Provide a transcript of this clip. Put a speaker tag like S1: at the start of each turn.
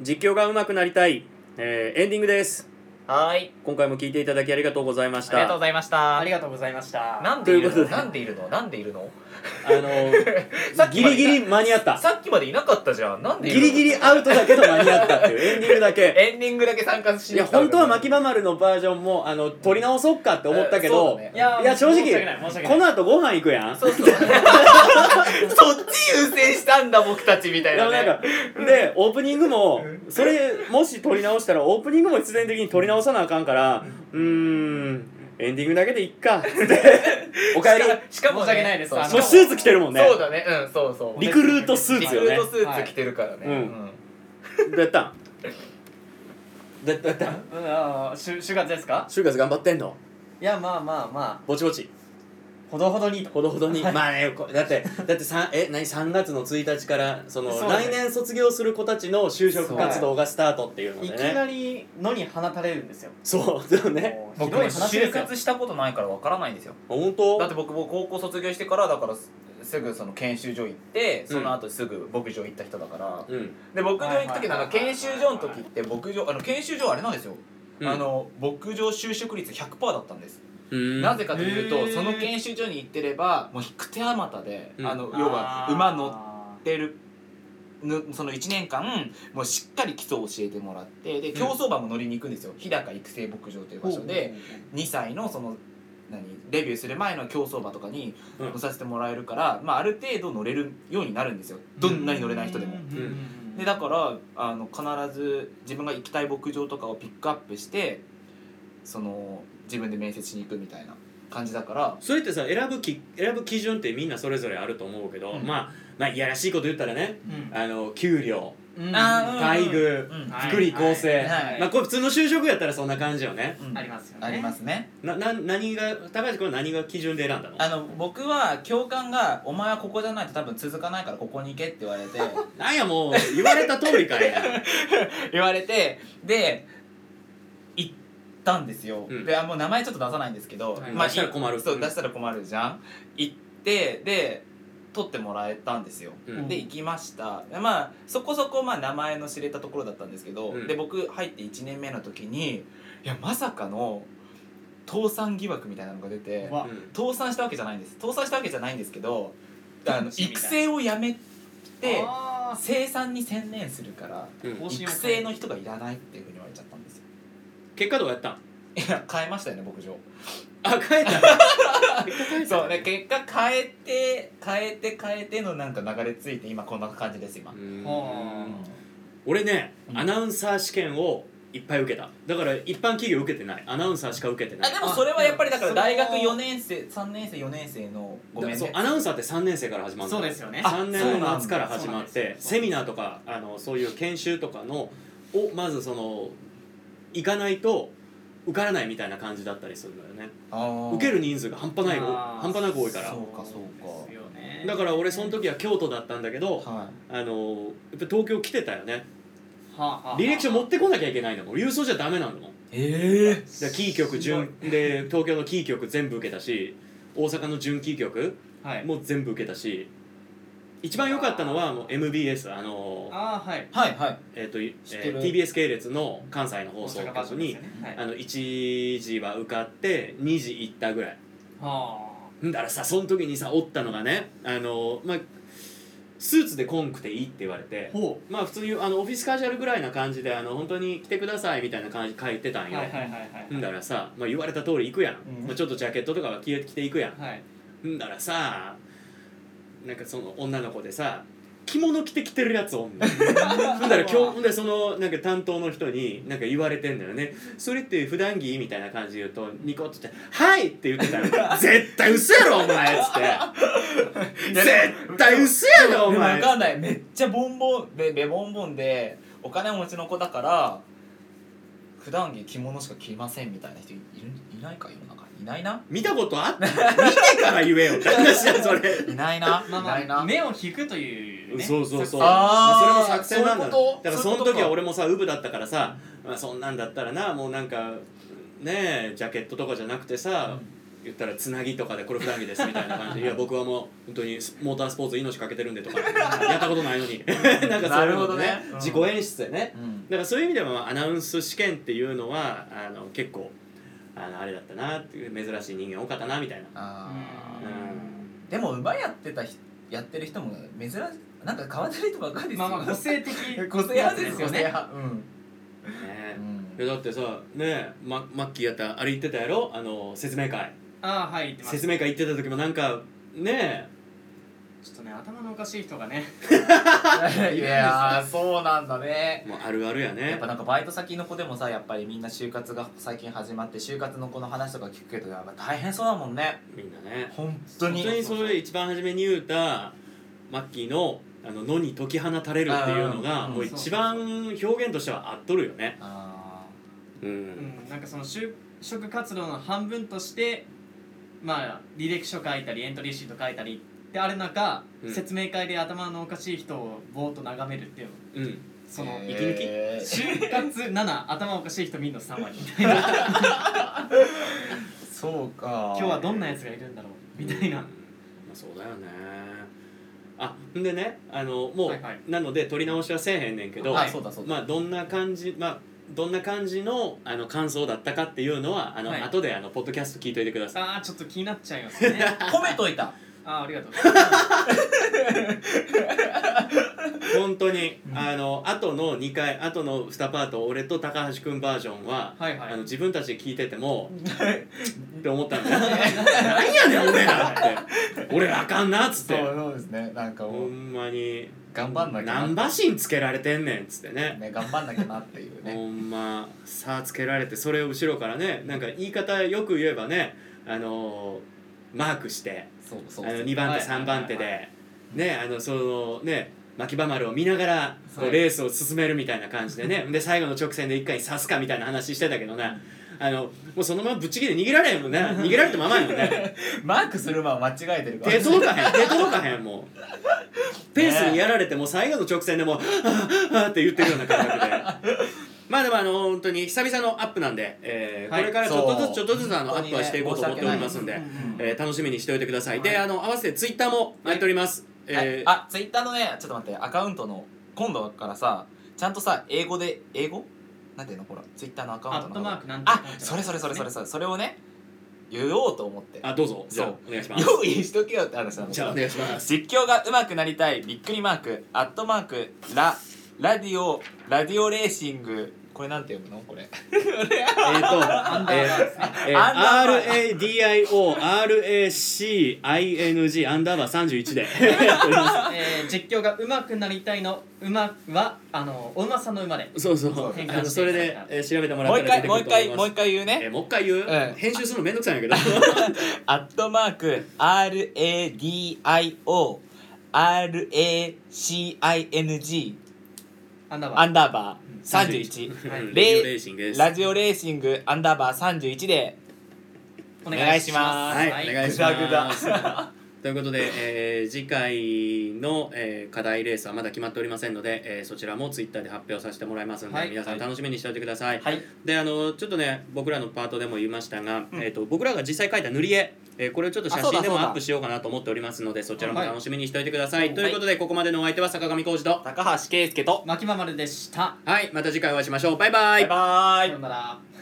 S1: 実況が上手くなりたい、えーエンディングです
S2: はーい
S1: 今回も聞いていただきありがとうございまし
S2: ありがとうご
S1: た
S2: ざいました
S3: ありがとうございました
S2: なんでいる
S1: とい
S2: の
S1: うことで
S2: なんでいるのなんでいるの
S1: あのギリギリ間に合った
S2: さっきまでいなかったじゃんなんでい
S1: ギ
S2: るの
S1: リギリアウトだけど間に合ったっていうエンディングだけ
S2: エンディングだけ参加し
S1: い
S2: に
S1: や
S2: 来たの
S1: 本
S2: に
S1: 当は牧場丸のバージョンもあの撮り直そうかって思ったけ
S2: えーそ
S1: ど、
S2: うだね
S1: いや正直
S3: 申し訳ない申し訳な
S1: こ
S3: い
S1: の後ご飯行くやん
S2: そうそうそっち優先したんだ僕たちみたい
S1: で
S2: な
S1: も
S2: ね
S1: なんかでオープニングもそれもし撮り直したらオープニングも必然的に撮り直さなあかんからうーんエンディングだけでいっかっつっておかえり
S2: しかもね
S3: 申し訳ないです
S2: そう
S3: あの
S1: そうスーツ着てるもんね
S2: そうだねうんそうそう
S1: リクルートスーツよね
S2: リクルートスーツ着てるからね、
S1: はいどうやったんどうやったん
S3: うんあーしゅ就活ですか
S1: 就活頑張ってんの
S3: いやまあまあまあ
S1: ぼちぼち
S3: ほどほどにと
S1: ほどほどにまあねこだってだってさんえ何3月の1日からその
S3: そうだね
S1: 来年卒業する子たちの就職活動がスタートっていうの
S3: い
S1: で
S3: き
S1: ね
S3: なり野に放たれるんですよ
S1: そうでもね
S3: もうひ
S4: 僕
S3: ど
S4: も
S3: い話で
S4: 就
S3: すよ
S4: 活したことないからわからないんですよ
S1: 本当
S4: だって僕も高校卒業してからだからすすぐその研修所行ってその後すぐ牧場行った人だから、
S1: うん
S4: で牧場行く時のあの
S3: はいはいはいはい
S4: 研修所の時って牧場あの研修所あれなんですよ、
S1: うん
S4: あの牧場就職率100%だったんです、
S1: うん
S4: なぜかという
S3: へ
S4: と
S3: ー
S4: その研修所に行ってればもう引く手あまたで、
S1: うん
S4: あの要は
S3: あー
S4: 馬乗ってるぬその1年間もうしっかり基礎を教えてもらってで競走馬も乗りに行くんですよ、日高育成牧場という場所で、2歳のその何レビューする前の競走馬とかに
S1: うん
S4: 乗させてもらえるから、まあ、ある程度乗れるようになるんですよどんなに乗れない人でも。
S1: うん
S4: でだからあの必ず自分が行きたい牧場とかをピックアップしてその自分で面接しに行くみたいな感じだから
S1: それってさ選ぶき選ぶ基準ってみんなそれぞれあると思うけど、
S4: うん
S1: まあまあいやらしいこと言ったらね
S3: うん
S1: あの給料
S3: うん
S4: あーうん
S1: 待遇、
S4: うん
S3: はい
S1: 福利厚生、
S4: はいはい
S1: まあこれ普通の就職やったらそんな感じよね
S4: うん
S3: ありますよね
S4: ありますね
S1: なな何が高橋君は何が基準で選んだの
S4: あの僕は教官が「お前はここじゃないと多分続かないからここに行け」って言われ て
S1: なんやもう言われた通りかいな
S4: 言われてで行ったんですよ、
S1: うん
S4: であもう名前ちょっと出さないんですけど、
S1: はい
S4: まあ、
S1: 出したら困る
S4: そううん出したら困るじゃん行ってで取ってもらえたんですよ、
S1: うん
S4: で行きましたでまあそこそこまあ名前の知れたところだったんですけど、
S1: うん
S4: で僕入って1年目の時にいやまさかの倒産疑惑みたいなのが出て
S3: うわ
S1: うん
S4: 倒産したわけじゃないんです倒産したわけじゃないんですけどあの
S3: ピンチみたいな
S4: 育成をやめて
S3: あー
S4: 生産に専念するから
S1: うん
S3: 方針を
S4: 育成の人がいらないっていうふうに言われちゃったんですよ
S1: 結果どうやったん
S4: いや変えましたよね牧場
S1: あ帰った
S4: そうね結果変えて変えて変えてのなんか流れついて今こんな感じです今、
S1: う
S3: は
S1: ん
S3: あ
S1: 俺ね
S4: うん
S1: アナウンサー試験をいっぱい受けただから一般企業受けてないアナウンサーしか受けてない
S4: あでもそれはやっぱりだから
S3: あ
S4: 大学
S3: そう
S4: 4年生3年生4年生のごめん
S1: そう
S4: ね
S1: アナウンサーって3年生から始まるの
S3: そうですよね
S1: 3年
S4: そうな
S1: の
S4: んだ
S1: 夏から始まっ
S3: そうなん
S1: て
S3: ですよ
S1: セミナーとかあのそういう研修とかのをまずその行かないと受からないみたいな感じだったりするのよね受け
S4: る
S1: る人数が半端ない
S3: あー
S1: 半端なく多いから
S4: そうかそうか
S3: ですよね
S1: だから俺その時は京都だったんだけど
S4: は
S1: あのやっぱ東京来てたよね
S3: はあはあはあ
S1: 履歴書持ってこなきゃいけないんだもん郵送じゃダメなんだもん
S4: いええ
S1: だからキー局準で東京のキー局全部受けたし大阪の準キー局
S3: はい
S1: もう全部受けたし一番良かったのはもう MBS あの
S3: あーはい
S4: はいはい
S1: えーとい
S4: 知って
S1: え
S4: る
S1: ー TBS 系列の関西の放送
S3: 大阪バー
S1: 局
S3: ジョンで
S1: に、
S3: すよねはい
S1: あの1時は受かって2時行ったぐらい
S3: は
S1: だからさその時にさおったのがねあの、まあ、スーツで来んくていいって言われ
S3: あ
S1: て
S3: ほ
S1: まあ普通にあのオフィスカジュアルぐらいな感じであの本当に来てくださいみたいな感じで書いてたん
S3: う
S1: よ、
S3: はいはいはいはい
S1: んだからさ、まあ、言われた通り行くやん、
S4: うん
S1: まあ、ちょっとジャケットとかは着ていくやん
S3: はい
S1: んだらさなんかその女の子でさ着物着てきてるやつおんね んほんだら今日ほんでそのなんか担当の人になんか言われてんだよねそれって普段着みたいな感じで言うとニコッとして「はい!」って言って たら「絶対嘘やろお前」っつって「絶対嘘やろお
S4: でも
S1: 前
S4: 分」かんないめっちゃボンボンべべボンボンでお金持ちの子だから普段着着物しか着ませんみたいな人いるいないか世の中にいないな
S1: 見たことあった見てから言えよって話だそれ。
S4: いないな、
S3: まあ
S4: いない
S3: まあ
S4: な
S3: 目を引くというね
S1: そうそうそう
S4: あー
S1: まあそれも作戦なんだ
S4: そういうこと
S1: だから
S4: そう
S1: そ
S4: い
S1: の
S4: うことか
S1: 時は俺もさウブだったからさ、まあ、そんなんだったらなもうなんかねえジャケットとかじゃなくてさ、言ったらつなぎとかでこれ普段着ですみたいな感 じでいや僕はもう本当にモータースポーツ命かけてるんでとかやったことないの になんかそういうのも
S4: なるほどねうん
S1: 自己演出でね
S4: うん
S1: だからそういう意味ではアナウンス試験っていうのはあの結構あのあれだったなっていう珍しい人間多かったなみたいな
S4: あ
S1: うん
S4: ーでも馬やってた人やってる人も珍しなんか変わってる人ばっかりです
S3: ま
S4: よ
S3: あまあ個性的
S4: 個性派ですよ
S3: 個性
S4: ね
S3: 派
S4: うん
S1: ね
S4: う ん
S1: いやだってさねママッキーやったあれ言ってたやろあの説明会
S3: ああはい言ってます
S1: 説明会行ってた時もなんかね
S3: ちょっとね頭のおかしい人がね
S4: いやーそうなんだね
S1: もうあるあるやね
S4: やっぱなんかバイト先の子でもさやっぱりみんな就活が最近始まって就活の子の話とか聞くけどやっぱ大変そうだもんね
S1: みんなね
S4: 本当に
S1: 本当にそれ一番初めに言うたマッキーの「あの野に解き放たれる」っていうのが
S4: あー
S1: もう一番表現としては合っとるよね。
S4: あ
S1: う
S3: うんんなんかその就職活動の半分としてまあ履歴書書いたりエントリーシート書いたりである中、
S1: うん
S3: 説明会で頭のおかしい人をぼーっと眺めるっていう
S1: うん、
S4: ー
S3: その、
S4: えー
S1: 息抜き
S3: 就活7頭 おかしい人見んの3割みたいな
S4: そうか
S3: 今日はどんなやつがいるんだろうみたいな
S1: まあ、そうだよねあんでねあのもう、
S3: はいはい
S1: なので撮り直しはせえへんねんけど、
S4: はいそうだそうだ、
S1: まあどんな感じまあどんな感じのあの感想だったかっていうのはあの、
S3: はい
S1: 後であのポッドキャスト聞いといてください。
S3: あーちょっと気になっちゃいますね
S4: 褒めといた
S3: あーありがとうございます
S1: 本当に、
S4: うん
S1: あの後の2回後の2パート俺と高橋君バージョンは
S3: はいはい
S1: あの自分たちで聞いててもって思ったんだよ何やねん俺らって俺らあかんなっつって
S4: そうですねなんか
S1: ほんまに
S4: 頑張んなきゃな
S1: 何馬身つけられてんねんっつってね
S4: ね頑張んなきゃなっていうね
S1: ほんまさあつけられてそれを後ろからねなんか言い方よく言えばねあのマークして
S4: そう
S1: あ
S4: そう
S1: の2番手
S3: はいはいはいはい
S1: 3番手でねあのそのね牧場丸を見ながらこ
S3: は
S1: う
S3: い
S1: レースを進めるみたいな感じでねで最後の直線で一回刺すかみたいな話してたけどねあのもうそのままぶっちぎりで逃げられへん もんね逃げられてままやもんね
S4: マークするまは間違えてるから
S1: 手届かへん手届かへんもうペースにやられてもう最後の直線でもう「あーあー」って言ってるような感覚で。 まあでもあの本当に久々のアップなんで、えー
S3: はい
S1: これからちょっとずつ
S4: そう
S1: ちょっとずつあのア
S4: 本
S1: ップ
S4: 当にね
S1: はしていこうと思っておりますんで、
S3: うんうん
S1: えー楽しみにしておいてください、
S3: は
S1: で
S3: い
S1: あの合わせてツイッターもやっております、えー
S4: あツイッターのねちょっと待ってアカウントの今度からさちゃんとさ英語で英語なんていうのほらツイッターのアカウン
S3: ア
S4: ト
S3: ッ
S4: の
S3: トマークなんて
S4: あそれそれそれそれそれそれをね言おうと思って
S1: あどうぞじゃあ
S4: そ
S1: お願いします
S4: 用意しとけよって話なんだ
S1: じゃあお願いします
S4: 実況が上手くなりたいびっくりマークアットマークララディオラディオレーシングこれなんて読むのこ
S1: えっ、
S4: れ
S3: アン
S1: と
S3: ダ
S1: えー
S3: ーバーですね
S1: えー RADIORACING アンダーバー31でやっておりま
S3: えー実況が上手くなりたいの馬はあのお馬さんの馬で。
S1: すそうそう
S4: そう
S1: あのそれで、えー調べてもら
S4: も
S1: っ
S4: う
S1: た
S4: 一
S1: ら出
S4: 回
S1: て
S4: も
S1: くると思
S4: う一回
S1: い
S4: も
S1: ま
S4: う
S1: す
S4: 一回言う
S1: えー
S4: ね
S1: もう一回言う、
S4: ええ
S1: 編集するのめんどくさいんやけど
S4: アットマーク RADIO RACING
S3: アンダーバ
S4: ア
S3: ー。
S4: ンダーバー
S3: はい
S1: うんレディオレーシングです
S4: 31ラジオレーシングアンダーバー31で
S3: お
S4: 願いします
S1: はい、お願いします
S4: グダ
S1: ということで、えー次回の、えー課題レースはまだ決まっておりませんので、えーそちらもツイッターで発表させてもらいますので、
S3: はい
S1: 皆さん楽しみにしておいてください、
S3: はい。
S1: であのちょっとね僕らのパートでも言いましたが、えー、と僕らが実際描いた塗り絵、えーこれをちょっと写
S4: あそうだ
S1: 真で
S4: そ
S1: も
S4: うだ
S1: アップしようかなと思っておりますのでそちらも
S3: はい
S1: 楽しみにしておいてください、
S3: はい
S1: ということでここまでのお相手は坂上浩二と
S4: 高橋圭介と
S3: 牧場丸でした。
S1: はいまた次回お会いしましょうバイバイ
S4: バイバーイ
S3: さようなら。